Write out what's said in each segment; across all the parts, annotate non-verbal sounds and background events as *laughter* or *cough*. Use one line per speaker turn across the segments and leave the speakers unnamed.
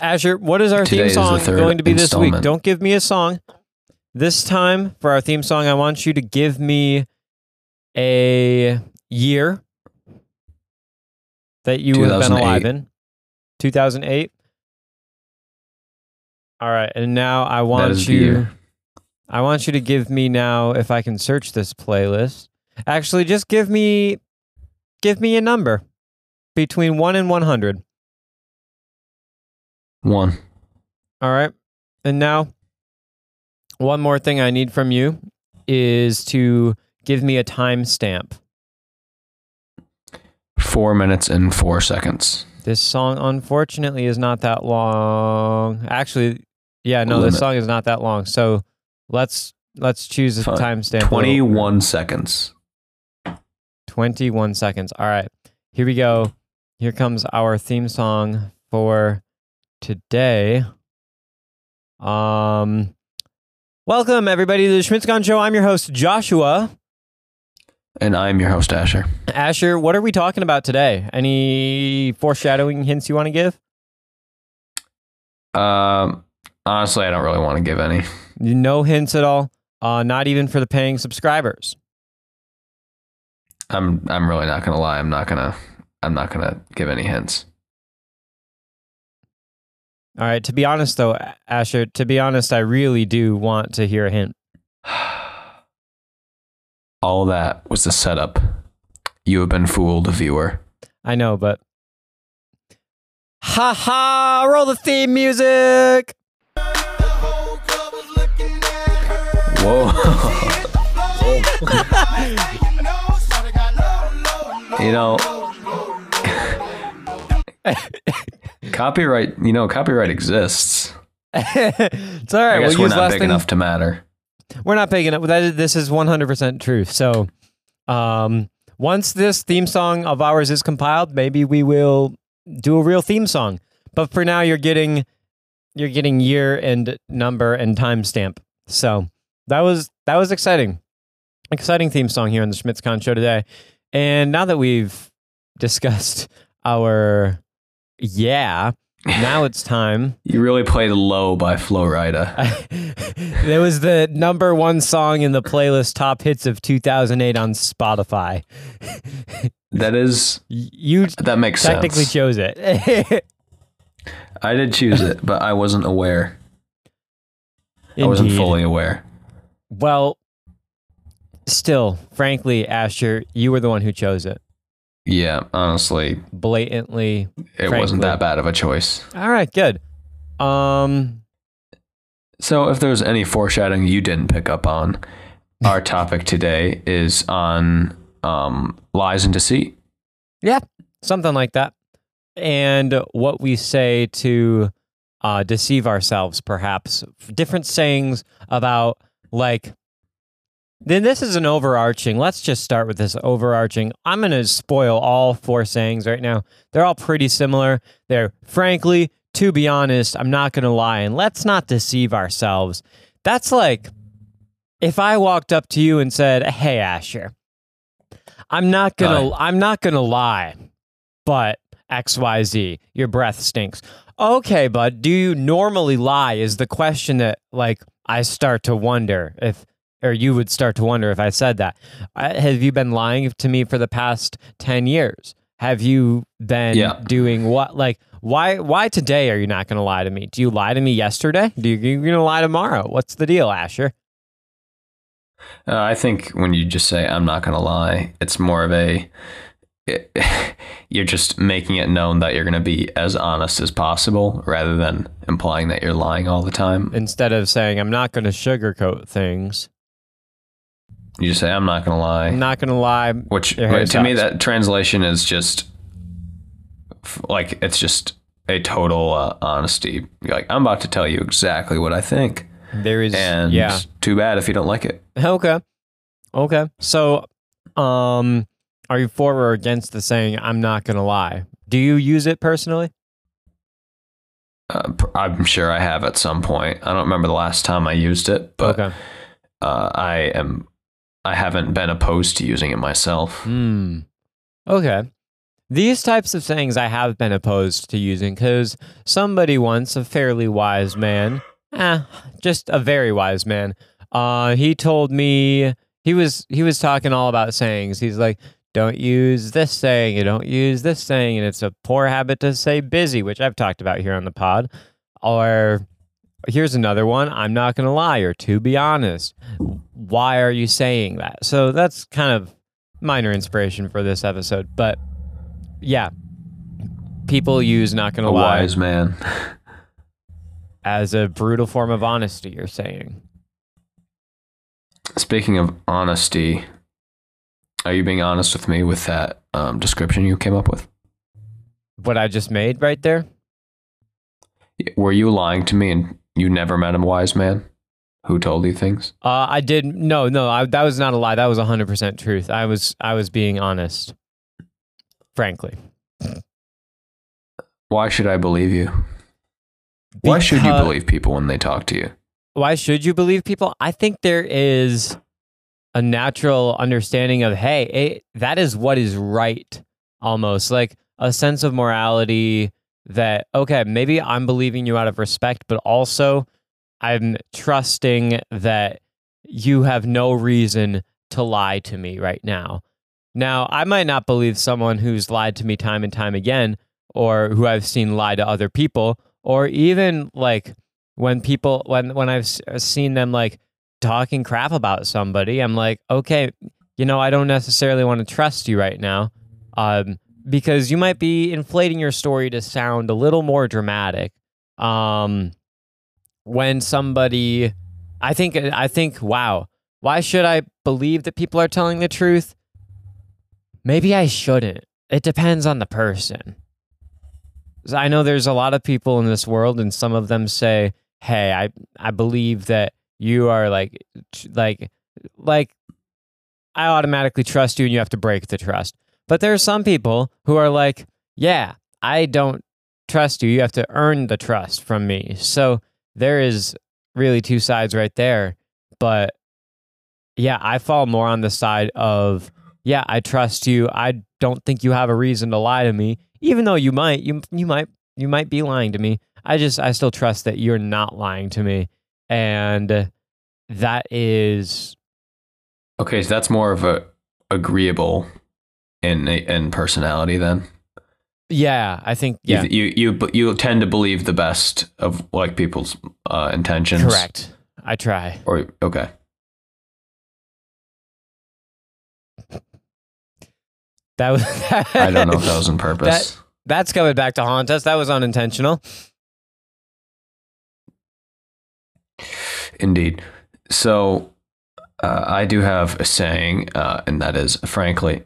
Asher, what is our
Today
theme
is the
song
third
going to be this week?
installment.
Don't give me a song. This time for our theme song, I want you to give me a year that you have been
2008.
alive in. 2008. All right, and now I
That
want
is the
you
year.
I want you to give me now if I can search this playlist. Actually, just give me give me a number between 1 and 100.
One.
All right. And now, one more thing I need from you is to give me a timestamp.
Four minutes and four seconds.
This song, unfortunately, is not that long. Actually, yeah, no,
Limit.
this song is not that long. So let's let's choose a
Fine.
timestamp. a little-
Twenty-one seconds.
21 seconds. All right. Here we go. Here comes our theme song for today. Um Welcome everybody to the Schmitzcon show. I'm your host Joshua.
And I'm your host, Asher.
Asher, what are we talking about today? Any foreshadowing hints you want to give?
Um, honestly, I don't really want to give any.
No hints at all. Uh, not even for the paying subscribers.
I'm I'm really not gonna lie. I'm not gonna I'm not gonna give any hints.
All right. To be honest, though, A- Asher, to be honest, I really do want to hear a hint.
All that was the setup. You have been fooled, viewer.
I know, but. Ha ha! Roll the theme music! *laughs*
Whoa. *laughs* you know *laughs* copyright you know copyright exists
it's all right.
i guess
we'll
we're
use
not
less
big
than-
enough to matter
We're not big enough. That is, this is 100% truth. So, um, once this theme song of ours is compiled, maybe we will do a real theme song. But for now, you're getting you're getting year and number and timestamp. So that was that was exciting, exciting theme song here on the SchmitzCon show today. And now that we've discussed our yeah, now it's time.
you really played low
*laughs*
by florida
That was the number one song in the playlist top hits of 2008 on Spotify.
that is
Y- You
that makes
technically
sense
chose it. *laughs*
i did choose it but i wasn't aware i wasn't
Indeed.
fully aware
Well, still, frankly, Asher, you were the one who chose it.
yeah honestly
Blatantly.
it wasn't
Frankly.
that bad of a choice
All right, good. Um,
So, if there's any foreshadowing you didn't pick up
*laughs*
on, our topic today is on um, lies and deceit.
something like that. And what we say to uh, deceive ourselves, perhaps. Different sayings about, like, then this is an overarching. Let's just start with this overarching. I'm going to spoil all four sayings right now. They're all pretty similar. They're, frankly, to be honest, I'm not going to lie. And let's not deceive ourselves. That's like if I walked up to you and said, Hey, Asher, I'm not going to, I'm not going to lie but XYZ, your breath stinks. Okay, bud, do you normally lie? Is the question that, like, I start to wonder if, or you would start to wonder if I said that. I, have you been lying to me for the past 10 years? Have you been
Yeah.
doing what? Like, why, why today are you not going to lie to me? Do you lie to me yesterday? Do you, you going to lie tomorrow? What's the deal, Asher?
Uh, I think when you just say, I'm not going to lie, it's more of a, *laughs* you're just making it known that you're going to be as honest as possible rather than implying that you're lying all the time.
Instead of saying, I'm not going to sugarcoat things,
You just say, I'm not going to lie.
I'm not going to lie.
Which
Your hair
to me,
sucks.
that translation is just f- like it's just a total uh, honesty. You're like I'm about to tell you exactly what I think,
There is,
and
yeah.
too bad if you don't like it.
Okay. Okay. So, um, are you for or against the saying "I'm not gonna lie"? Do you use it personally?
Uh, pr- I'm sure I have at some point. I don't remember the last time I used it, but
okay.
uh, I am. I haven't been opposed to using it myself.
Hmm. Okay. These types of sayings I have been opposed to using because somebody once, a fairly wise man, eh, just a very wise man, uh, he told me he was he was talking all about sayings. He's like, "Don't use this saying, you don't use this saying," and it's a poor habit to say "busy," which I've talked about here on the pod. Or here's another one: "I'm not gonna lie," or "To be honest." Why are you saying that? So that's kind of minor inspiration for this episode, but yeah, people use "not gonna
A
lie"
wise man.
as a brutal form of honesty. You're saying.
Speaking of honesty, are you being honest with me with that um, description you came up with?
what I just made right there?
Were you lying to me and you never met a wise man who told you things?
Uh, I did no, no. I, that was not a lie. That was hundred percent truth. I was, I was being honest, frankly.
Why should I believe you? Why should you
Because-
believe people when they talk to you?
Why should you believe people? I think there is a natural understanding of hey, it, that is what is right, almost like a sense of morality that okay, maybe I'm believing you out of respect, but also I'm trusting that you have no reason to lie to me right now. Now, I might not believe someone who's lied to me time and time again, or who I've seen lie to other people, or even like when people, when, when I've s- uh, seen them like talking crap about somebody, I'm like, okay, you know, I don't necessarily want to trust you right now um, because you might be inflating your story to sound a little more dramatic. Um, when somebody, I think, uh, I think, wow, why should I believe that people are telling the truth? Maybe I shouldn't. It depends on the person. 'Cause I know there's a lot of people in this world, and some of them say, "Hey, I I believe that you are like, tr- like, like, I automatically trust you, and you have to break the trust." But there are some people who are like, "Yeah, I don't trust you. You have to earn the trust from me." So there is really two sides right there. But yeah, I fall more on the side of yeah, I trust you. I don't think you have a reason to lie to me, even though you might. You you might you might be lying to me. I just I still trust that you're not lying to me, and that is
Okay, so that's more of a agreeable in in personality then.
yeah. I think yeah,
You, you you you tend to believe the best of like people's uh, intentions.
correct. I try.
Or okay.
That was
*laughs* I don't know if that
*laughs*
was on purpose.
That's coming back to haunt us. That was unintentional.
Indeed. So uh, I do have a saying, uh, and that is, frankly,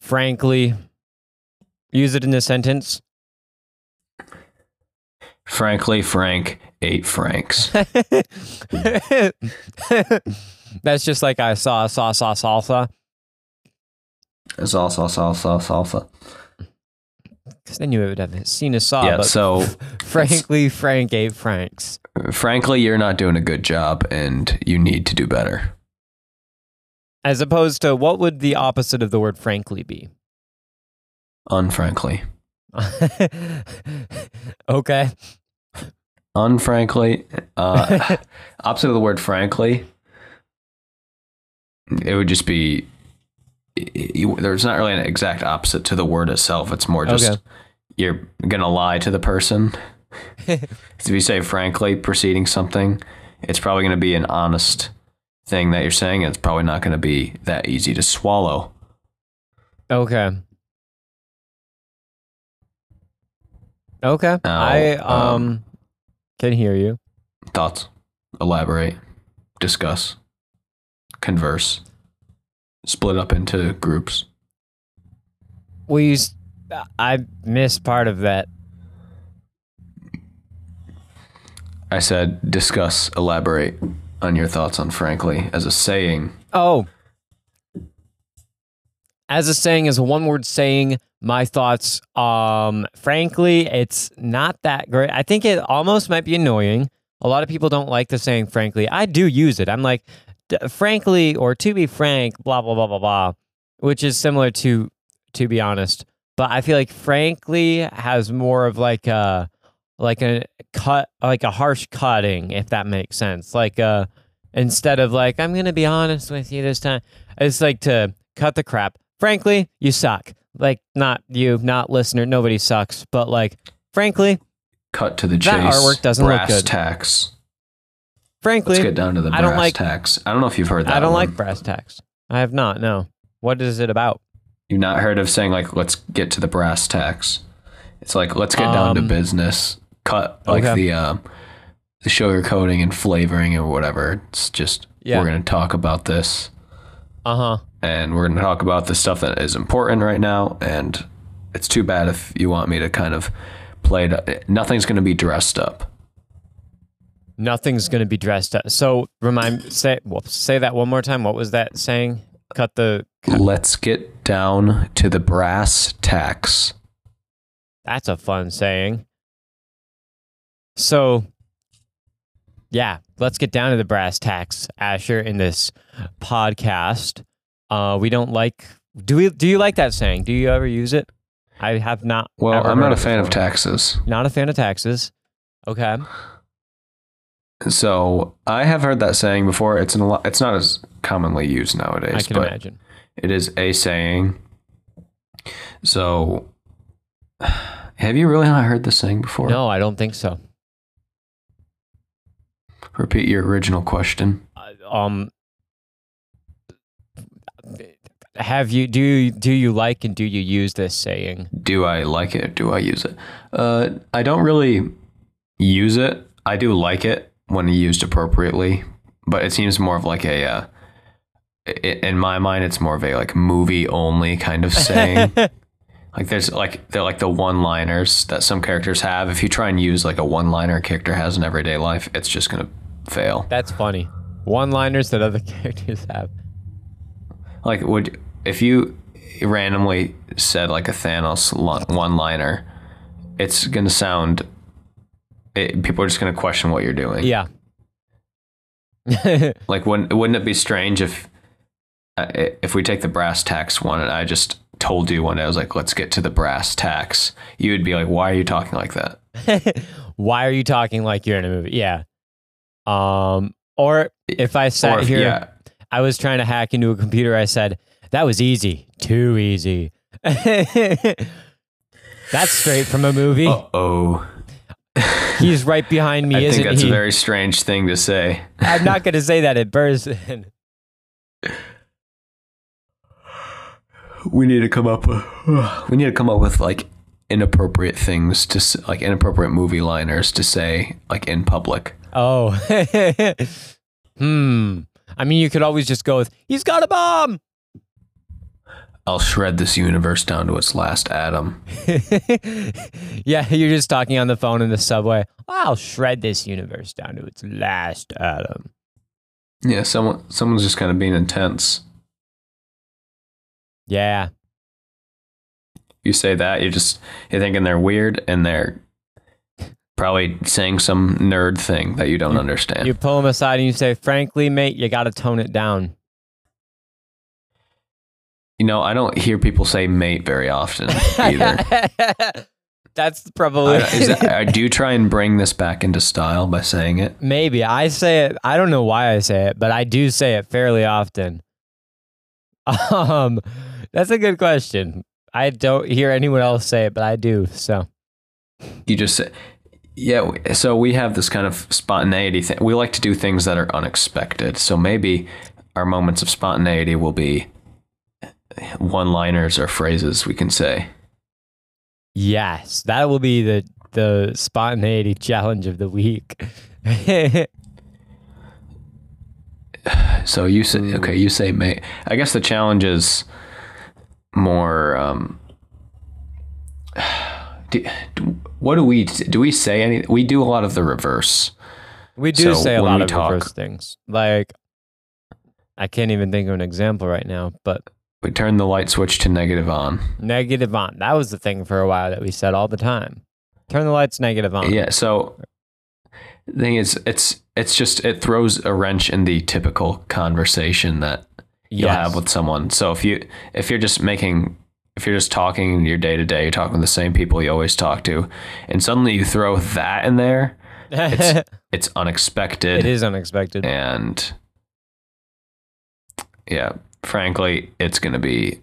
Frankly, use it in a sentence. *laughs*
frankly, Frank ate Franks.
That's just like I saw saw saw salsa
salsa, salsa, salsa.
because then you would have seen a saw.
yeah.
Ah, but
So
frankly, Frank ate Franks.
frankly, you're not doing a good job, and you need to do better.
As opposed to what would the opposite of the word frankly be?
Unfrankly,
*laughs* okay.
unfrankly, uh, opposite of the word frankly, it would just be. You, there's not really an exact opposite to the word itself. It's more just
Okay.
you're gonna lie to the person. if you say frankly preceding something, it's probably going to be an honest thing that you're saying, and it's probably not going to be that easy to swallow.
Okay. Okay. I um,
um,
can hear you.
Thoughts? Elaborate, discuss, converse, split up into groups.
We s- I missed part of that.
I said discuss, elaborate on your thoughts on frankly as a saying.
Oh. As a saying is a one word saying, my thoughts um frankly, it's not that great. I think it almost might be annoying. A lot of people don't like the saying frankly. I do use it. I'm like "D- frankly or to be frank, blah blah blah blah blah, which is similar to to be honest. but I feel like frankly has more of like a like a cut like a harsh cutting if that makes sense. Like uh instead of like I'm going to be honest with you this time. It's like to cut the crap. Frankly, you suck. Like not you, not listener, nobody sucks, but like frankly,
Cut to the chase.
That artwork doesn't look
brass
good.
tacks. Let's
frankly,
get down to the
I
brass
don't like-
tacks. I don't know if you've heard that.
I don't
one.
like brass tacks. I have not. No. What is it about?
You've not heard of saying like, let's get to the brass tacks. It's like let's get down to
Um,
business. Cut like
okay.
the um, the sugar coating and flavoring or whatever. It's just
Yeah.
we're gonna talk about this
Uh-huh.
and we're gonna talk about the stuff that is important right now. And it's too bad if you want me to kind of play it. Nothing's gonna be dressed up.
Nothing's going to be dressed up. So remind say whoops, say that one more time. What was that saying? Cut the
Let's get down to the brass tacks.
That's a fun saying. So, yeah, let's get down to the brass tacks, Asher, in this podcast. Uh, we don't like. Do we? Do you like that saying? Do you ever use it? I have not.
Well,
ever
I'm
heard
not
it
a fan of
before.
taxes.
Not a fan of taxes. Okay.
So I have heard that saying before. It's in a lot, it's not as commonly used nowadays,
I can
but
imagine.
it is a saying. So *sighs* have you really not heard this saying before?
No, I don't think so.
Repeat your original question.
Uh, um, have you do you, do you like and do you use this saying?
Do I like it? Do I use it? Uh, I don't really use it. I do like it when used appropriately, but it seems more of like a uh, i- in my mind it's more of a like movie only kind of saying. Like there's like they're like the one liners that some characters have. If you try and use like a one liner a character has in everyday life, it's just gonna fail.
That's funny. One liners that other *laughs* characters have.
Like would if you randomly said like a Thanos one liner, it's gonna sound. It, people are just gonna question what you're doing.
Yeah.
Like wouldn't wouldn't it be strange if uh, I- if we take the brass tacks one and I just told you one day I was like let's get to the brass tacks, you would be like why are you talking like that?
Why are you talking like you're in a movie? Yeah. Um or if I sat
if-
here
yeah,
I was trying to hack into a computer, I said, that was easy. Too easy. *laughs* That's straight from a movie.
uh oh.
He's right behind me,
I
isn't
think that's
he?
a very strange thing to say.
*laughs* I'm not gonna say that in person.
We need to come up with *sighs* we need to come up with like inappropriate things to s- like inappropriate movie liners to say like in public.
*laughs* Oh. *laughs* hmm. I mean you could always just go with he's got a bomb.
I'll shred this universe down to its last atom.
*laughs* yeah, you're just talking on the phone in the subway. I'll shred this universe down to its last atom.
Yeah, someone someone's just kind of being intense.
Yeah.
You say that, you're just you're thinking they're weird and they're probably saying some nerd thing that you don't understand.
You pull them aside and you say, frankly, mate, you got to tone it down.
you know, I don't hear people say mate very often *laughs* either.
*laughs* That's probably.
I, is that, I do try and bring this back into style by saying
*laughs*
it.
Maybe I say it. I don't know why I say it, but I do say it fairly often. *laughs* Um, that's a good question. I don't hear anyone else say it, but I do. So
You just say, yeah. w- So we have this kind of spontaneity thing. We like to do things that are unexpected. So maybe our moments of spontaneity will be eh, one-liners or phrases we can say.
Yes, that will be the the spontaneity *laughs* challenge of the week. *laughs*
So you say, okay, you say mate. I guess the challenge is more. Um, *sighs* do, do- what do we do? We say any? We do a lot of the reverse.
we do
So
say a
when
lot
we
of
talk-
reverse things. Like I can't even think of an example right now, but
We turn the light switch to negative on.
negative on. That was the thing for a while that we said all the time. Turn the lights negative on.
Yeah. So the thing is, it's it's just it throws a wrench in the typical conversation that you'll
Yes.
have with someone. So if you if you're just making if you're just talking in your day to day, you're talking with the same people you always talk to, and suddenly you throw that in there, it's, it's
*laughs*
unexpected.
it is unexpected.
*laughs* And yeah, frankly, it's going to be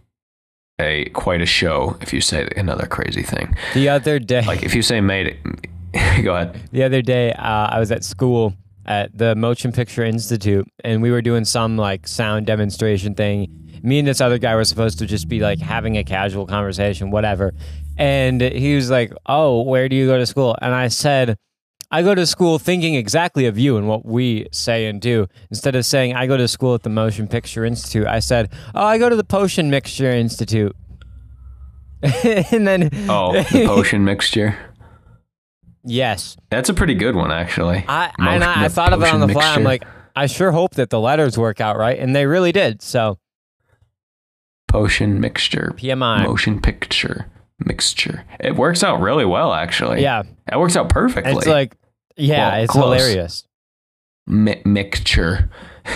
a quite a show if you say another crazy thing.
The other day,
Like if you say made it, *laughs* go ahead.
the other day, uh, I was at school at the Motion Picture Institute, and we were doing some like sound demonstration thing. Me and this other guy were supposed to just be like having a casual conversation, whatever. And he was like, "Oh, where do you go to school?" And I said, "I go to school thinking exactly of you and what we say and do." Instead of saying, "I go to school at the Motion Picture Institute," I said, "Oh, I go to the Potion Mixture Institute." *laughs* and then, *laughs*
Oh, the potion mixture.
yes.
That's a pretty good one, actually.
I
Mo-
and I, I
the
thought of it on
potion
the fly. I'm like,
mixture.
I sure hope that the letters work out right, and they really did. So
potion mixture,
PMI,
motion picture mixture. It works out really well, actually.
yeah,
it works out perfectly.
it's like, yeah,
Well,
it's
close.
hilarious.
Mi- mixture.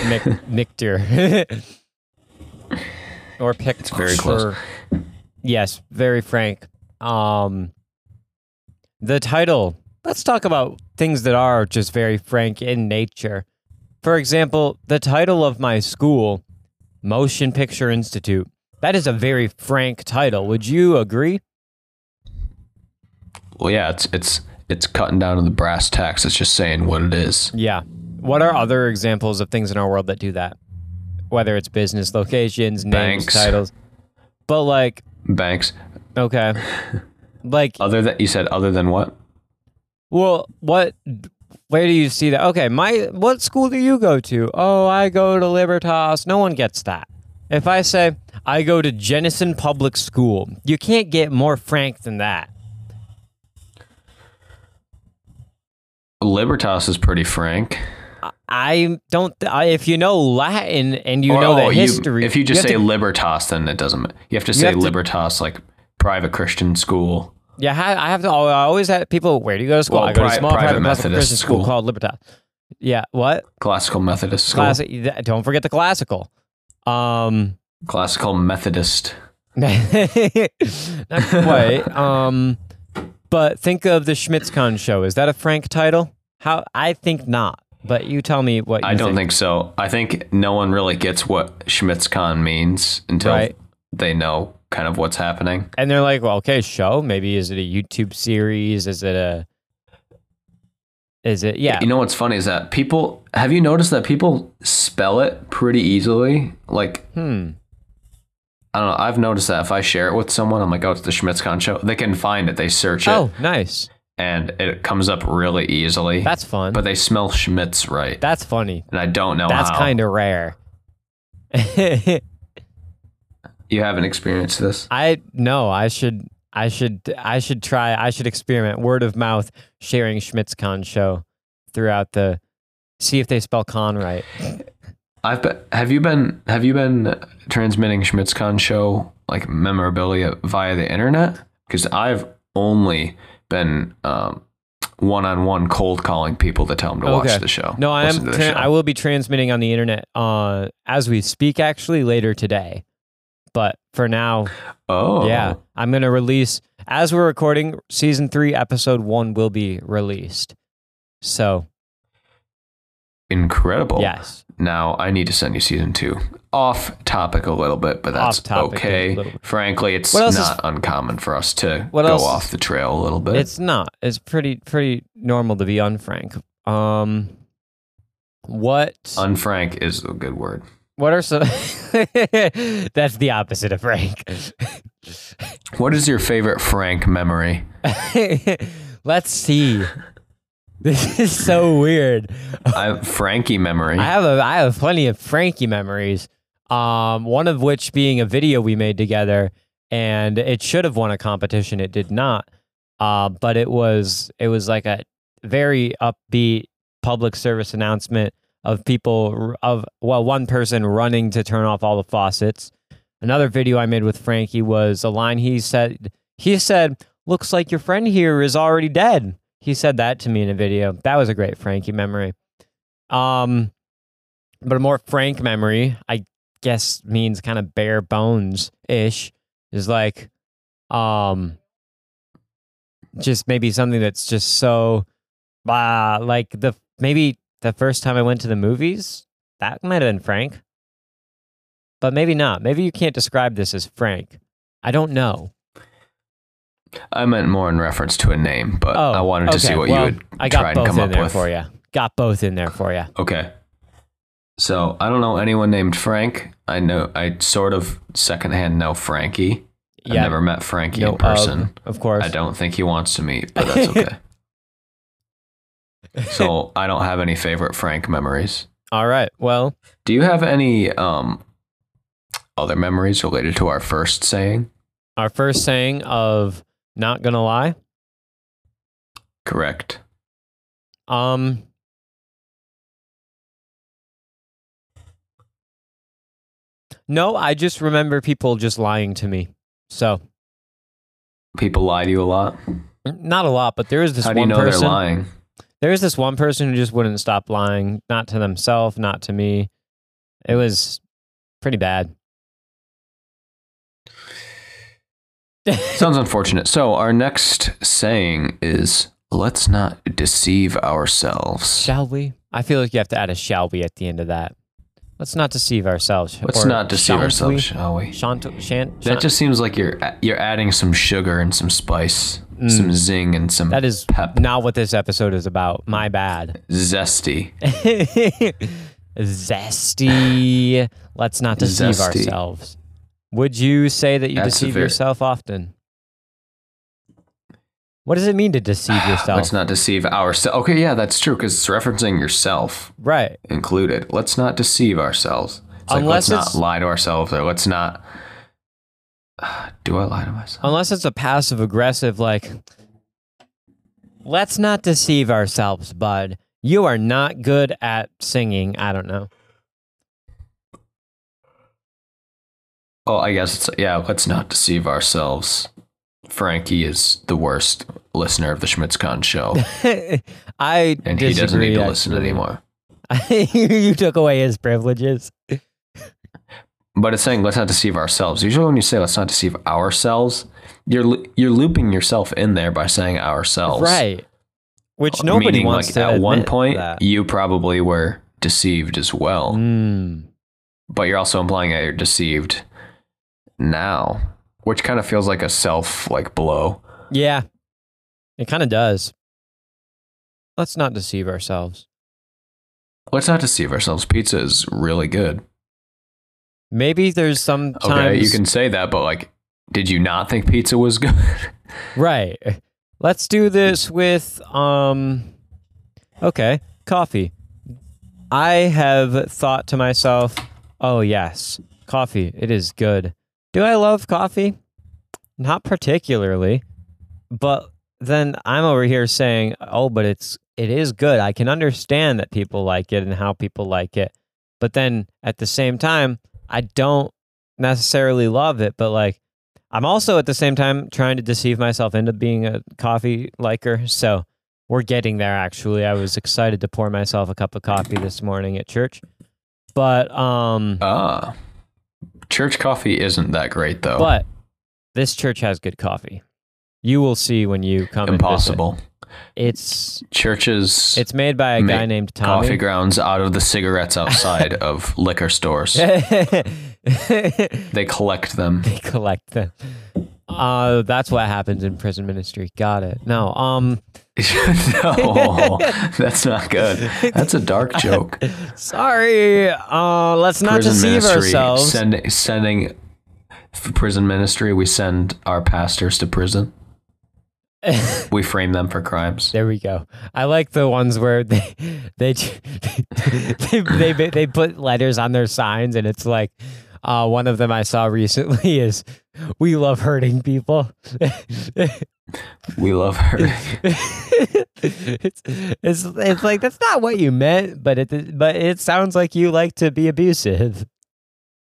Mic- Micture *laughs* or pick.
It's very close.
Yes, very frank. Um, the title. Let's talk about things that are just very frank in nature. For example, the title of my school, Motion Picture Institute. That is a very frank title. Would you agree?
Well, yeah, it's it's it's cutting down to the brass tacks. It's just saying what it is.
Yeah. What are other examples of things in our world that do that? Whether it's business locations, names,
Banks.
titles. But like,
Banks. *laughs*
okay. Like,
Other than you said, other than what?
well, what where do you see that? Okay, my what school do you go to? Oh, I go to Libertas. No one gets that. If I say I go to Jennison Public School, you can't get more frank than that.
Libertas is pretty frank.
I don't. I, if you know Latin and you
Or,
know
oh,
the history,
if you just
have
say
to
Libertas, then it doesn't. ma- You have to say
have to-
Libertas like private Christian school.
Yeah, I I have to. oh, I always have people. Where do you go to school?
Well,
I go to
pri-
a small
private
private, Methodist
Methodist
Christian school,
school.
called Libertas. Yeah, what
Classical Methodist school.
classic? Don't forget the classical. Um,
Classical Methodist.
*laughs* not quite. um, but think of the Schmitzcon show. Is that a Frank title? How I think not. But you tell me what you
I don't think so. I think no one really gets what Schmitzkon means until
Right.
they know kind of what's happening.
And they're like, well, okay, show. Maybe is it a YouTube series? Is it a? Is it yeah?
You know what's funny is that people have you noticed that people spell it pretty easily? Like
hmm.
I don't know, I've noticed that if I share it with someone, I'm like, oh, it's the Schmitzkon show. They can find it, they search it,
Oh, nice.
and it comes up really easily.
That's fun.
but they smell Schmitz right,
That's funny.
and I don't know
That's
how.
kind of rare. *laughs*
you haven't experienced this.
I no, I should I should I should try I should experiment word of mouth sharing SchmitzCon show throughout the see if they spell con right.
I've been, have you been have you been transmitting Schmitzcon show like memorabilia via the internet? Because I've only been one on one cold calling people to tell them to
Okay.
watch the show.
No, I am
listen to the
tra-
show.
I will be transmitting on the internet uh as we speak actually later today. But for now,
oh
yeah, I'm going to release as we're recording season 3 episode 1 will be released. So,
incredible.
yes.
Now I need to send you season two. Off topic a little bit, but that's
Off topic a little
okay.
bit.
Frankly, it's
What
not
else is-
uncommon for us to
What
go
else is-
off the trail a little bit.
It's not. It's pretty pretty normal to be unfrank. Um, what
Unfrank is a good word.
what are some? *laughs* That's the opposite of frank. *laughs*
What is your favorite Frank memory?
Let's see. This is so weird.
I, Frankie memory.
I have a I have plenty of Frankie memories. Um, one of which being a video we made together, and it should have won a competition. It did not. Uh, but it was it was like a very upbeat public service announcement of people r- of well one person running to turn off all the faucets. Another video I made with Frankie was a line he said. He said, "Looks like your friend here is already dead." He said that to me in a video. That was a great Frankie memory. Um, but a more frank memory, I guess, means kind of bare bones ish. Is like um just maybe something that's just so bah, like the maybe the first time I went to the movies, that might have been Frank. But maybe not. Maybe you can't describe this as Frank. I don't know.
I meant more in reference to a name, but
Oh,
I wanted to see
okay.
what
Well,
you would
I
try
got
and
both
come
in
up
there
with.
for you. Got both in there for you.
Okay. So I don't know anyone named Frank. I know I sort of secondhand know Frankie. I've never met Frankie in person.
Of, course.
I don't think he wants to meet, but that's
*laughs*
okay. so I don't have any favorite Frank memories.
All right. Well,
Do you have any um other memories related to our first saying?
our first saying of not gonna lie.
Correct.
Um No, I just remember people just lying to me. So
People lie to you a lot.
not a lot, but there is this
How
one
do you know
person.
they're lying?
There is this one person who just wouldn't stop lying, not to themselves, not to me. It was pretty bad.
Sounds unfortunate. So our next saying is let's not deceive ourselves.
Shall we? I feel like you have to add a shall we at the end of that. Let's not deceive ourselves.
Let's
or
not deceive
shan't
ourselves,
we?
shall we?
Shan't, shan't,
That
shan't-
just seems like you're you're adding some sugar and some spice, some zing and some
Mm. that is
pep,
not what this episode is about. My bad. *laughs*
zesty.
Zesty. Let's not deceive
Zesty.
ourselves. Would you say that you
That's a
deceive
very-
yourself often? What does it mean to
*sighs*
deceive yourself?
Let's not deceive ourselves. Okay, yeah, that's true because it's referencing yourself
right.
included. Let's not deceive ourselves. It's like,
Unless
let's
it's-
not lie to ourselves or let's not. *sighs* Do I lie to myself?
Unless it's a passive aggressive, like, let's not deceive ourselves, bud. You are not good at singing. I don't know. *laughs*
Oh, I guess it's yeah. Let's not deceive ourselves. Frankie is the worst listener of the
*laughs*
Schmitzcon show,
I
and
disagree,
he doesn't need to listen
actually.
anymore.
*laughs* you took away his privileges.
But it's saying let's not deceive ourselves. Usually, when you say let's not deceive ourselves, you're lo- you're looping yourself in there by saying ourselves,
Right. Which nobody
Meaning,
wants
like,
to
At one
admit
point,
that.
you probably were deceived as well,
Mm.
but you're also implying that you're deceived now, which kind of feels like a self like blow.
Yeah. It kind of does. Let's not deceive ourselves.
Let's not deceive ourselves. Pizza is really good.
Maybe there's sometimes
Okay, you can say that, but like, did you not think pizza was good? *laughs*
Right. Let's do this with um okay, coffee. I have thought to myself, "Oh yes, coffee. It is good." Do I love coffee? Not particularly. But then I'm over here saying, "Oh, but it's it is good. I can understand that people like it and how people like it." But then at the same time, I don't necessarily love it, but like I'm also at the same time trying to deceive myself into being a coffee liker. So we're getting there actually. I was excited to pour myself a cup of coffee this morning at church. But um
ah, church coffee isn't that great though.
but this church has good coffee. You will see when you come and visit.
impossible.
It's
Churches
it's made by a
Ma-
guy named Tommy.
coffee grounds out of the cigarettes
*laughs*
outside of liquor stores.
they
They collect
*laughs*
them. *laughs*
collect them. Uh, that's what happens in prison ministry. Got it. No, um, *laughs*
no, that's not good. That's a dark joke.
sorry. Uh, let's not deceive ourselves.
send, sending for prison ministry. We send our pastors
*laughs*
to prison. we frame them for crimes.
There we go. I like the ones where they *laughs* they they they, they, they put letters on their signs, and it's like uh, one of them I saw *laughs* recently is "We love hurting people." *laughs*
We love her.
it's, it's it's like that's not what you meant, but it but it sounds like you like to be abusive.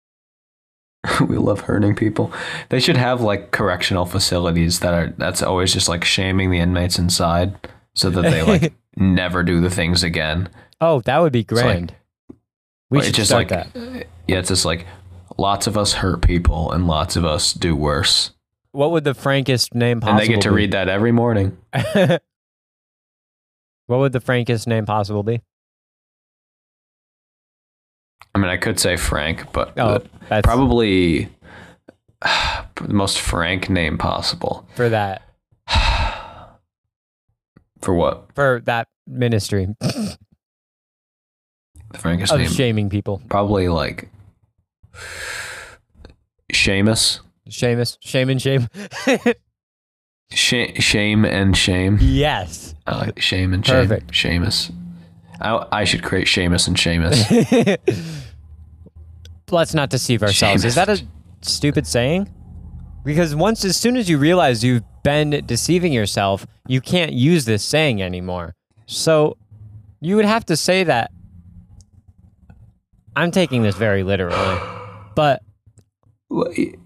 *laughs* we love hurting people. They should have like correctional facilities that are that's always just like shaming the inmates inside so that
*laughs*
they like never do the things again.
Oh, that would be
like-
grand. we
Or
should
it's just
start
like
that.
yeah, it's just like lots of us hurt people and lots of us do worse.
What would the frankest name
and
possible
they get to
be?
read that every morning.
*laughs* what would the frankest name possible be?
I mean, I could say Frank, but
Oh,
the-
that's
probably *sighs* the most frank name possible
for that
for what
for that ministry
the frankest
of
name.
shaming people.
probably like *sighs* Seamus.
Seamus, shame and shame.
Sh- shame and shame.
yes.
I like shame Uh, and shame.
Perfect.
Seamus. I, I should create Seamus and Seamus.
*laughs* Let's not deceive ourselves. Is
Seamus.
that a stupid saying? Because once, as soon as you realize you've been deceiving yourself, you can't use this saying anymore. So you would have to say that. I'm taking this very literally, but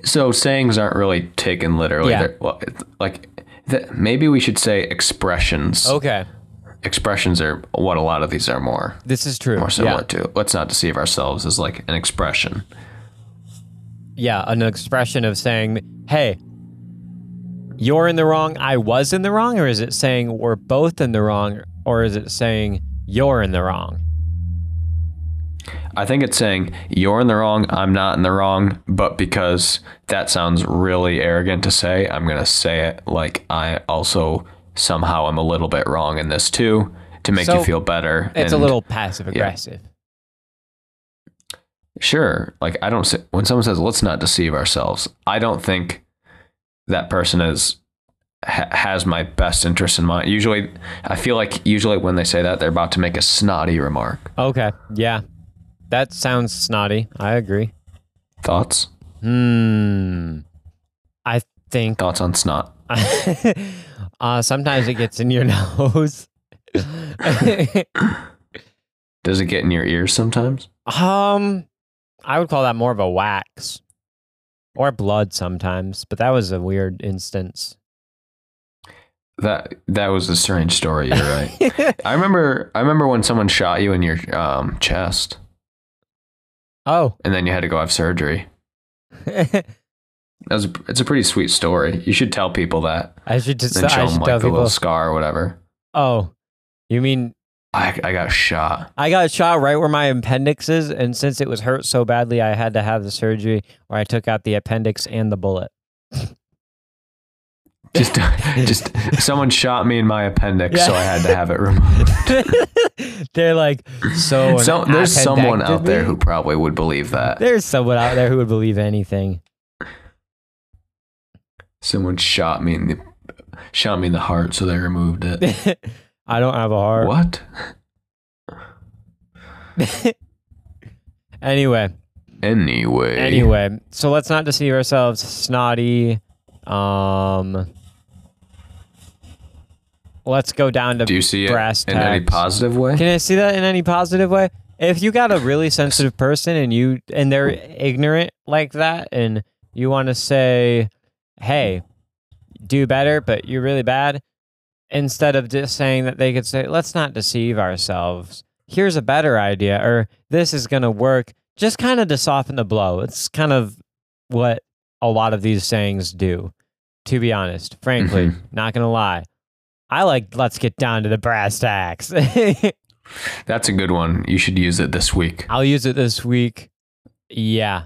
so sayings aren't really taken literally.
Yeah.
They're- Well, it's like th- maybe we should say expressions.
okay,
Expressions are what a lot of these are more
this is true.
more similar
yeah.
to. Let's not deceive ourselves as like an expression.
yeah, an expression of saying, hey, you're in the wrong, I was in the wrong? Or is it saying we're both in the wrong? Or is it saying you're in the wrong?
I think it's saying you're in the wrong, I'm not in the wrong, but because that sounds really arrogant to say, I'm going to say it like I also somehow am a little bit wrong in this too to make
So,
you feel better.
It's a
And
little passive aggressive.
sure. Like I don't say when someone says let's not deceive ourselves, I don't think that person is ha- has my best interest in mind. Usually I feel like usually when they say that they're about to make a snotty remark.
Okay, yeah. That sounds snotty. I agree.
Thoughts?
Hmm. I think *laughs*
Thoughts on snot?
uh, sometimes it gets in your *laughs* nose.
Does it get in your ears sometimes?
Um, I would call that more of a wax or blood sometimes, but that was a weird instance.
That that was a strange story. You're
*laughs*
right. I remember. I remember when someone shot you in your um, chest,
oh, *laughs*
and then you had to go have surgery. That was. A, it's a pretty sweet story. You should tell people that,
I should just
and then
I
show them
should
like
tell
the little
people.
scar or whatever.
Oh, you mean
I I got
*laughs*
shot.
I got shot right where my appendix is, and since it was hurt so badly, I had to have the surgery where I took out the appendix and the bullet. *laughs*
Just just someone shot me in my appendix, so
Yeah.
I had to have it
*laughs*
removed.
They're like, so. an
So there's someone out there
appendectomy?
who probably would believe that
There's someone out there who would believe anything. *laughs*
someone shot me in the shot me in the heart, so they removed
*laughs*
it.
I don't have a heart.
What?
Anyway,
Anyway.
anyway, so let's not deceive ourselves. Snotty. Um, let's go down to.
Do you see it
Brass
in any
tacks.
positive way?
Can I see that in any positive way? If you got a really sensitive person and you and they're ignorant like that, and you want to say, "Hey, do better," but you're really bad. Instead of just saying that, they could say, "Let's not deceive ourselves. Here's a better idea," or "This is gonna work." Just kind of to soften the blow. It's kind of what a lot of these sayings do. To be honest, frankly, not gonna lie. I like let's get down to the brass tacks. *laughs*
That's a good one. You should use it this week.
I'll use it this week. Yeah,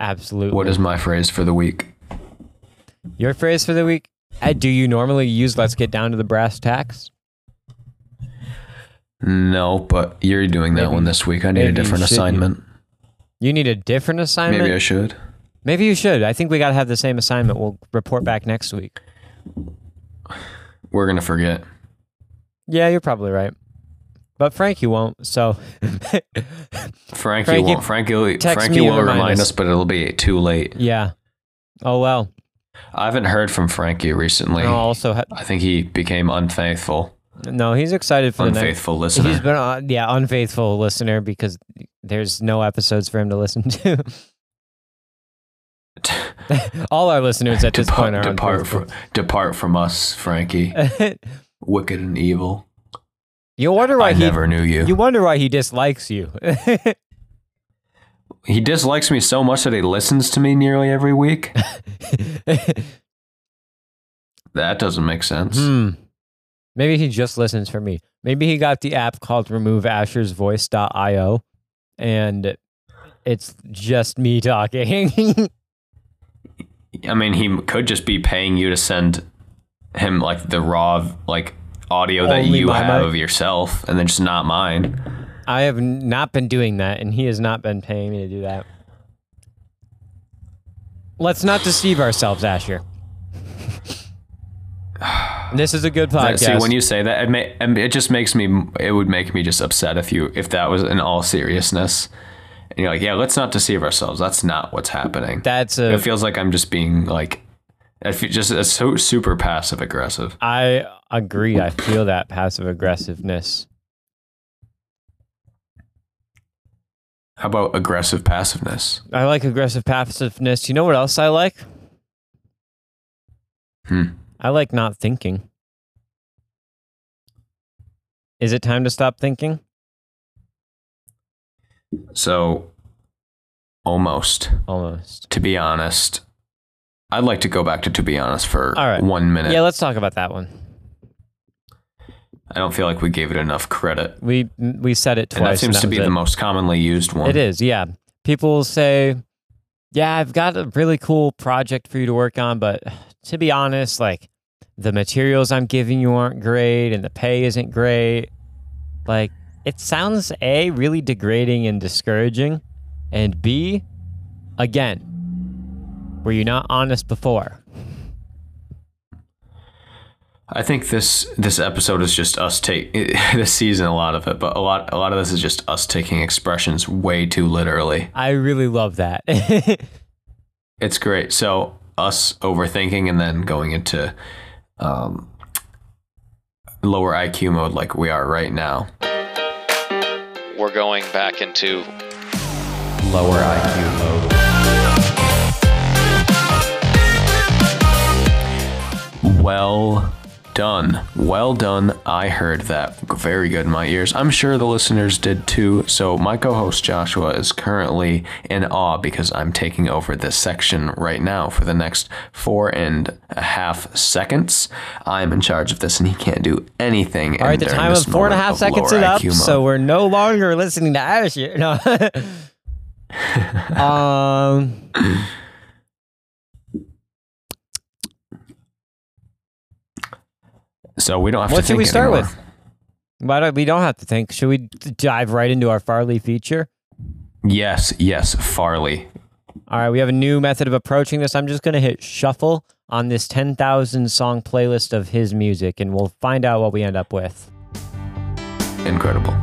absolutely.
What is my phrase for the week?
your phrase for the week? Uh, do you normally use "Let's get down to the brass tacks"?
No, but you're doing that
Maybe-
one this week. I need
maybe
a
you
different
should.
assignment.
You need a different assignment.
Maybe I should.
Maybe you should. I think we gotta have the same assignment. We'll report back next week.
We're gonna forget.
Yeah, you're probably right. But Frankie won't. So *laughs*
Frankie,
Frankie,
won't. Frankie, will-
text
Frankie
me and
will
remind
remind
us.
us, but it'll be too late.
yeah. Oh well.
I haven't heard from Frankie recently.
I'll also ha-
I think he became unfaithful.
no. He's excited for the next.
Unfaithful listener.
He's been on, yeah, unfaithful listener because there's no episodes for him to listen to. *laughs*
*laughs*
All our listeners at this point Uh, are
depart, depart from, depart from us, Frankie.
*laughs* unfaithful.
Wicked and evil.
you wonder why
I
he
never knew you.
you wonder why he dislikes you.
he dislikes me so much that he listens to me nearly every
*laughs*
week. that doesn't make sense.
hmm. Maybe he just listens for me. Maybe he got the app called Remove Asher's Voice.io and it's just me talking. *laughs*
I mean, he could just be paying you to send him like the raw like audio that
Only
you
my
have
mic.
of yourself, and then just not mine.
I have n- not been doing that, and he has not been paying me to do that. Let's not deceive ourselves, Asher.
*sighs*
this is a good
That-
podcast.
See, when you say that, it, ma- and it just makes me. It would make me just upset if you if that was in all seriousness. And you're like, yeah, let's not deceive ourselves. That's not what's happening.
That's
it
a
feels like I'm just being like, I feel just it's so super passive aggressive.
I agree. I feel that passive aggressiveness.
How about aggressive passiveness?
I like aggressive passiveness. You know what else I like?
Hmm.
I like not thinking. Is it time to stop thinking?
So, almost.
Almost.
To be honest, I'd like to go back to to be honest for
All right.
one minute.
Yeah, let's talk about that one.
I don't feel like we gave it enough credit,
We we said it twice.
and that seems to
was
be
it.
the most commonly used one.
It is, yeah. People will say, "Yeah, I've got a really cool project for you to work on, but *sighs* to be honest, like the materials I'm giving you aren't great and the pay isn't great." Like it sounds A really degrading and discouraging, and B again, were you not honest before?
I think this this episode is just us take *laughs* this season a lot of it, but a lot a lot of this is just us taking expressions way too literally.
I really love that. *laughs*
It's great. So us overthinking and then going into um, lower IQ mode like we are right now.
we're going back into
Lower IQ mode. Well done. Well done. I heard that very good in my ears. I'm sure the listeners did too. So, my co host Joshua is currently in awe because I'm taking over this section right now for the next four and a half seconds. I'm in charge of this and he can't do anything.
All right, the time of four and a half seconds is up, so we're no longer listening to Ash. here. No. um,
So, we don't have
what
to
should
think
we start
anymore.
with? Why don't we don't have to think? Should we d- dive right into our Farley feature?
Yes, yes, Farley.
All right, we have a new method of approaching this. I'm just going to hit shuffle on this 10,000 song playlist of his music, and we'll find out what we end up with.
Incredible.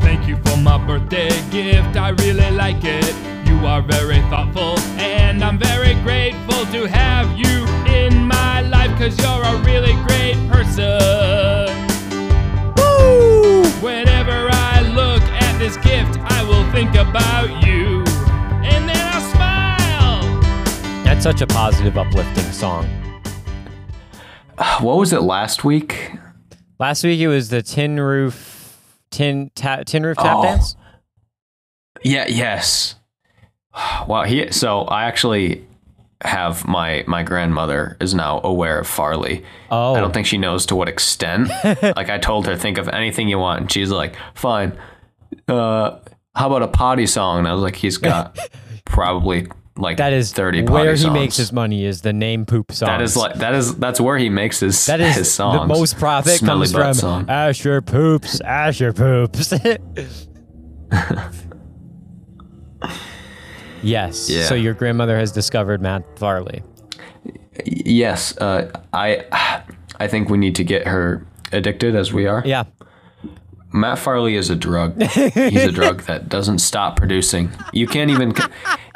Thank you for my birthday gift, I really like it. You are very thoughtful, and I'm very grateful to have you in my life, cause you're a really great person. Woo! Whenever I look at this gift, I will think about you, and then I'll smile.
That's such a positive, uplifting song.
What was it last week?
Last week it was the Tin Roof, Tin, ta- tin Roof Tap
Oh.
Dance.
Yeah, yes. Wow, he so I actually have my my grandmother is now aware of Farley.
Oh,
I don't think she knows to
*laughs*
what extent. like I told her think of anything you want and she's like, "Fine. Uh how about a potty song?" And I was like,
*laughs*
"He's got probably like
That is
30 potty
where he
songs.
makes his money is the name poop song.
That is like that is that's where he makes his
that is
his songs.
the most profit
Smelly
comes
butt
from
song.
Asher poops, Asher
*laughs*
poops. yes.
Yeah.
So your grandmother has discovered Matt Farley.
Yes, uh, I I think we need to get her addicted as we are.
Yeah.
Matt Farley is
*laughs*
a drug. He's a drug that doesn't stop producing. You can't even.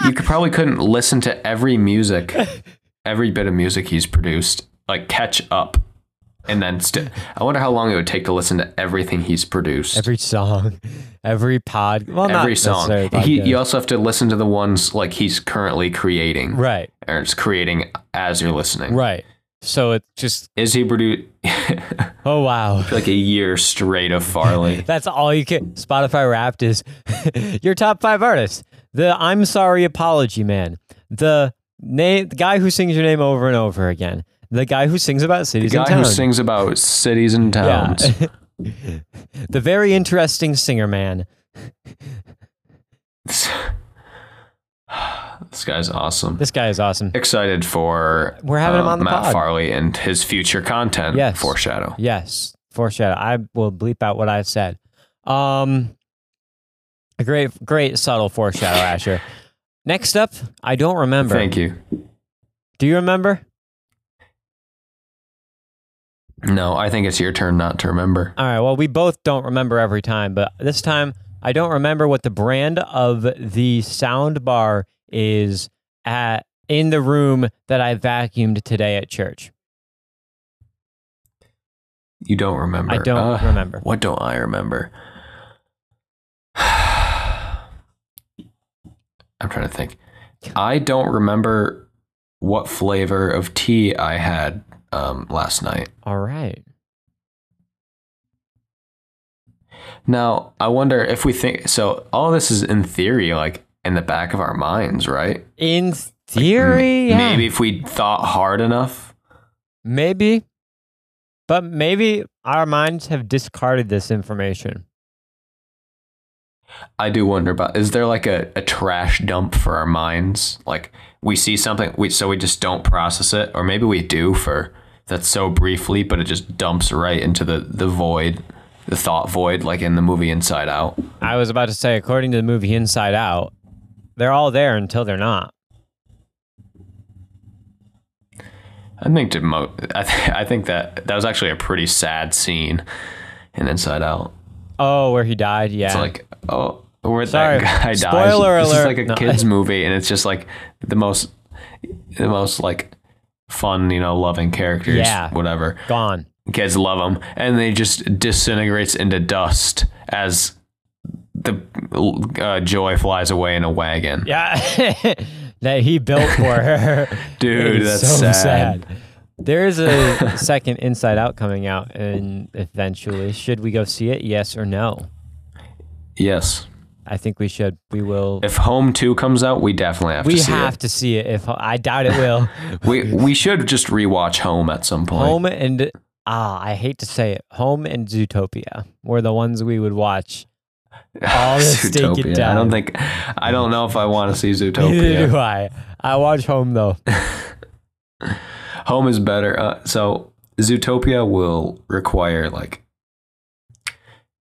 You could probably couldn't listen to every music, every bit of music he's produced, like catch up, and then. St- I wonder how long it would take to listen to everything he's produced.
Every song, every pod, well, not
Every song.
necessarily
He,
podcast.
you also have to listen to the ones like he's currently creating,
right,
or it's creating as you're listening.
right. So it's just
Is he produced
oh wow.
*laughs* like a year straight
*laughs*
of Farley?
That's all you can. Spotify Wrapped is *laughs* your top five artists. The I'm Sorry Apology Man. The name, the guy who sings your name over and over again. The guy who sings about
the
cities
guy
and towns.
who sings about cities and
Yeah. *laughs*
towns.
the very interesting singer man.
this guy's awesome.
This guy is awesome.
Excited for uh,
We're having him on the
Matt
pod.
Farley and his future content.
Yes.
Foreshadow.
Yes, foreshadow. I will bleep out what I said. Um, a great, great subtle foreshadow, Asher. Next up, I don't remember.
Thank you.
Do you remember?
No, I think it's your turn not to remember.
All right. Well, we both don't remember every time, but this time I don't remember what the brand of the sound bar is at in the room that I vacuumed today at church.
You don't remember.
I don't
Uh,
remember.
What don't I remember? *sighs* I'm trying to think. I don't remember what flavor of tea I had um, last night.
All right.
Now, I wonder if we think so. All this is in theory, like in the back of our minds, right?
In theory, yeah.
Maybe if we thought hard enough.
Maybe. But maybe our minds have discarded this information.
I do wonder about is there like a, a trash dump for our minds? Like we see something, we so we just don't process it, or maybe we do for that's so briefly, but it just dumps right into the the void, the thought void, like in the movie Inside Out.
I was about to say, according to the movie Inside Out, they're all there until they're not.
I think to mo- I, *laughs* th- I think that that was actually a pretty sad scene in Inside Out.
Oh, where he died? Yeah.
It's like, oh, where
Sorry.
that guy dies.
Spoiler
This
alert.
is like a
No. *laughs*
kids movie, and it's just like the most, the most like fun, you know, loving characters.
Yeah.
Whatever
Gone.
kids love them, and they just disintegrates into dust as the uh, joy flies away in a wagon.
Yeah. *laughs* that he built for her.
*laughs* Dude,
It is
that's sad.
There is
*laughs*
a second Inside Out coming out, and eventually, should we go see it? Yes or no?
Yes.
I think we should. We will.
If Home Two comes out, we definitely have
we
to see
have
it.
to see it. If I doubt it
*laughs*
will.
We we should just rewatch Home at some point.
Home and ah, I hate to say it, Home and Zootopia were the ones we would
*laughs*
watch. All the stinking
Zootopia. I
time.
don't think I don't know if I want to see
*laughs* Neither *laughs*
Zootopia.
do I. I watch Home though.
Home is better. Uh, so Zootopia will require like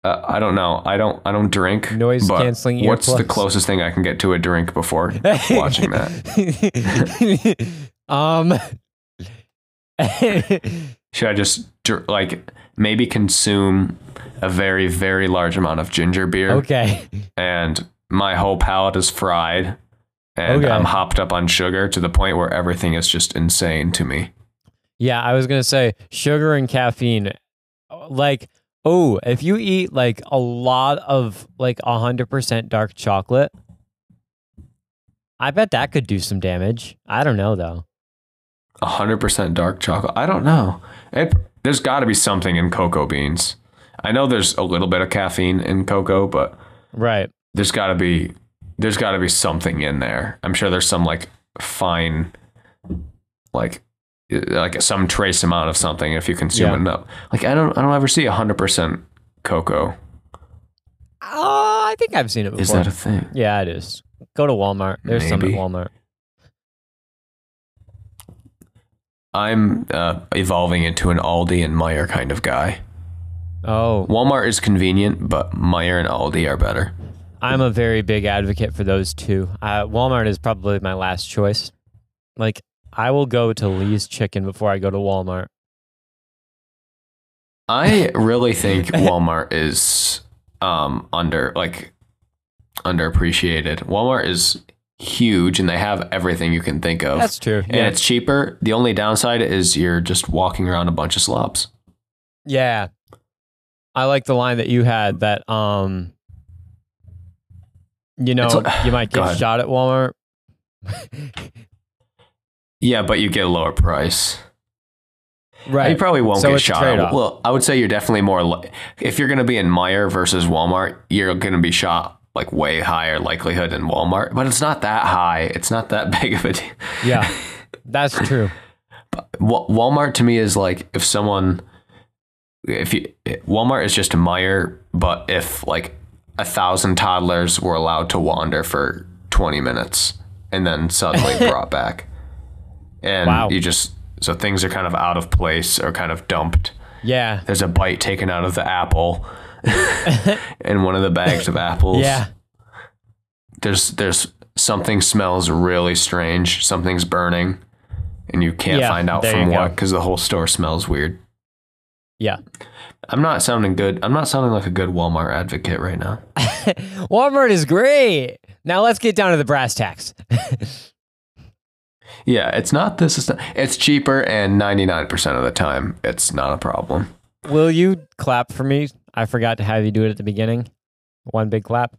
uh, I don't know. I don't I don't drink.
Noise
but
canceling
What's the
earplugs.
closest thing I can get to a drink
*laughs*
before watching that?
that. *laughs* um. *laughs*
Should I just dr- like maybe consume a very very large amount of ginger beer
okay.
and my whole palate is fried and
Okay.
I'm hopped up on sugar to the point where everything is just insane to me.
Yeah, I was gonna say sugar and caffeine. Like, oh, if you eat like a lot of like hundred percent dark chocolate, I bet that could do some damage. I don't know though.
100% dark chocolate. I don't know. It, there's got to be something in cocoa beans. I know there's a little bit of caffeine in cocoa, but
Right.
there's got to be there's got to be something in there. I'm sure there's some like fine like uh, like some trace amount of something if you consume
Yeah.
it up. Like I don't I don't ever see 100% cocoa.
Oh, I think I've seen it before.
Is that a thing?
yeah, it is. Go to Walmart. There's some
Maybe.
at Walmart.
I'm uh, evolving into an Aldi and Meyer kind of guy.
Oh,
Walmart is convenient, but Meyer and Aldi are better.
I'm a very big advocate for those two. Uh, Walmart is probably my last choice. Like, I will go to Lee's Chicken before I go to Walmart. *laughs*
I really think Walmart is um under like underappreciated. Walmart is huge and they have everything you can think of.
That's true.
and
Yeah.
it's cheaper. The only downside is you're just walking around a bunch of slobs.
Yeah. I like the line that you had that um you know,
It's like-
you might
*sighs* Go
get
ahead.
shot at Walmart.
Yeah, but you get a lower price.
Right.
You probably won't
So
get
it's a
shot.
trade-off.
at. Well, I would say you're definitely more. Li- if you're going to be in Meyer versus Walmart, you're going to be shot like way higher likelihood in Walmart, but it's not that high. It's not that *laughs* big of a deal. *laughs*
Yeah, that's true.
Wa- Walmart to me is like if someone, if you, Walmart is just a Meyer, but if like a thousand toddlers were allowed to wander for 20 minutes and
*laughs*
then suddenly brought back. And
Wow.
you just, so things are kind of out of place or kind of dumped.
Yeah.
There's a bite taken out of
*laughs*
the apple *laughs* in one of the bags of apples.
Yeah.
There's, there's something smells really strange. Something's burning and you can't
Yeah,
find out
there you
from
go.
what because the whole store smells weird.
Yeah. *laughs*
I'm not sounding good. I'm not sounding like a good Walmart advocate right now.
Walmart is great. Now let's get down to the brass tacks. *laughs*
Yeah, it's not this. It's, not, it's cheaper, and 99% of the time, it's not a problem.
Will you clap for me? I forgot to have you do it at the beginning. One big clap.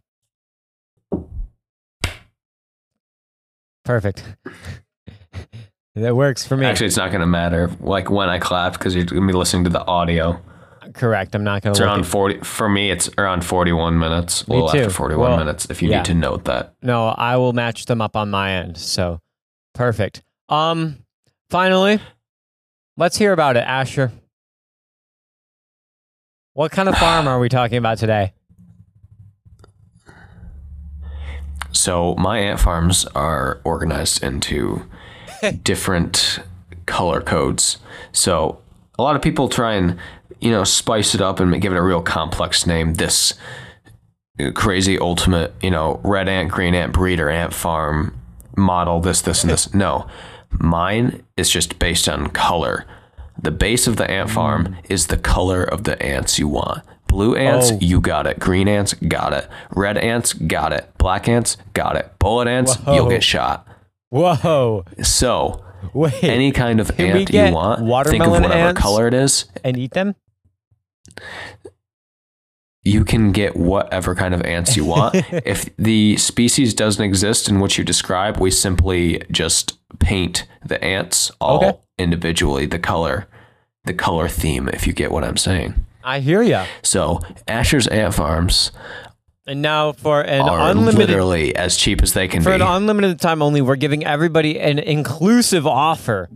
Perfect. *laughs* that works for me.
Actually, it's not going to matter like when I clap because you're going to be listening to the audio.
Correct. I'm not going
It's
to look
around
at
40. For me, it's around 41 minutes. A
Me
little
too.
after 41
Well,
minutes. If you
yeah.
need to note that.
No, I will match them up on my end. So perfect. Um finally, let's hear about it, Asher. What
*sighs*
kind of farm are we talking about today?
So my ant farms are organized into different color codes. So a lot of people try and you know spice it up and give it a real complex name. This crazy ultimate you know red ant, green ant, breeder ant farm model. This, this, and this. No, mine is just based on color. The base of the
Hmm.
ant farm is the color of the ants you want. Blue ants,
Oh.
you got it. Green ants, got it. Red ants, got it. Black ants, got it. Bullet ants,
Whoa.
you'll get shot.
Whoa.
So,
Wait.
any kind of
Can we
ant
get
you want, think of
watermelon
whatever
ants?
color it is.
and eat them?
You can get whatever kind of ants
*laughs*
you want. if the species doesn't exist in what you describe, we simply just paint the ants all
Okay.
individually the color, the color theme. If you get what I'm saying.
I hear ya.
So, Asher's ant farms
And now for an
are
unlimited
literally as cheap as they can
for
be.
an unlimited time only, we're giving everybody an inclusive offer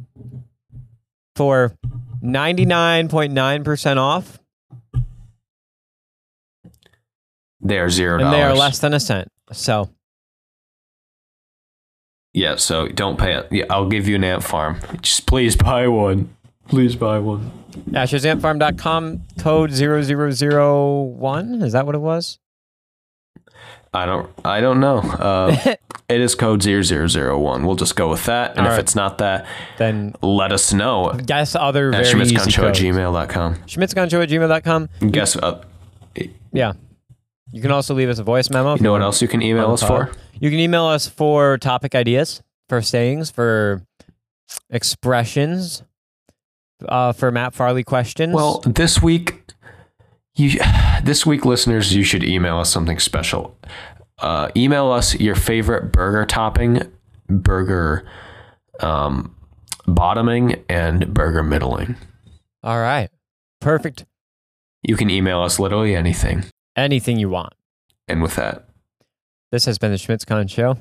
for 99.9% off
they are zero
and
dollars.
they are less than a cent. So,
Yeah, so don't pay it. Yeah, I'll give you an ant farm. Just please buy one. Please buy one.
AshersAntFarm.com code 0001. Is that what it was?
I don't. I don't know.
*laughs*
Uh, it is code 0001. We'll just go with that. And if
Alright.
it's not that,
Then
let us know.
guess other
At
very easy
schmitzgoncho at
codes.
gmail.com.
Schmitzgoncho at gmail.com.
Guess uh,
Yeah. You can also leave us a voice memo. if
you know
you
what
want.
else you can email us for?
You can email us for topic ideas, for sayings, for expressions, uh, for Matt Farley questions.
Well, this week, you *sighs* this week, listeners, you should email us something special. Uh, email us your favorite burger topping, burger um, bottoming, and burger middling.
all right. Perfect.
You can email us literally anything.
Anything you want.
And with that,
This has been the Schmitzcon Show.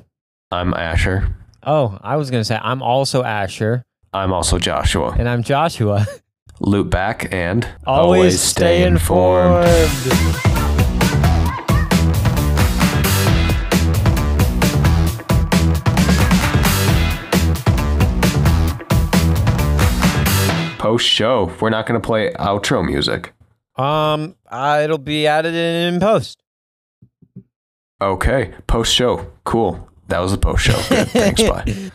I'm Asher.
Oh, I was going to say, I'm also Asher,
I'm also Joshua.
and I'm Joshua. *laughs*
Loop back and
Always, stay informed.
Post show, we're not going to play outro music.
Um, uh, it'll be added in, in post. *laughs*
Okay, post show. Cool. That was the post show. Good. Thanks. Bye.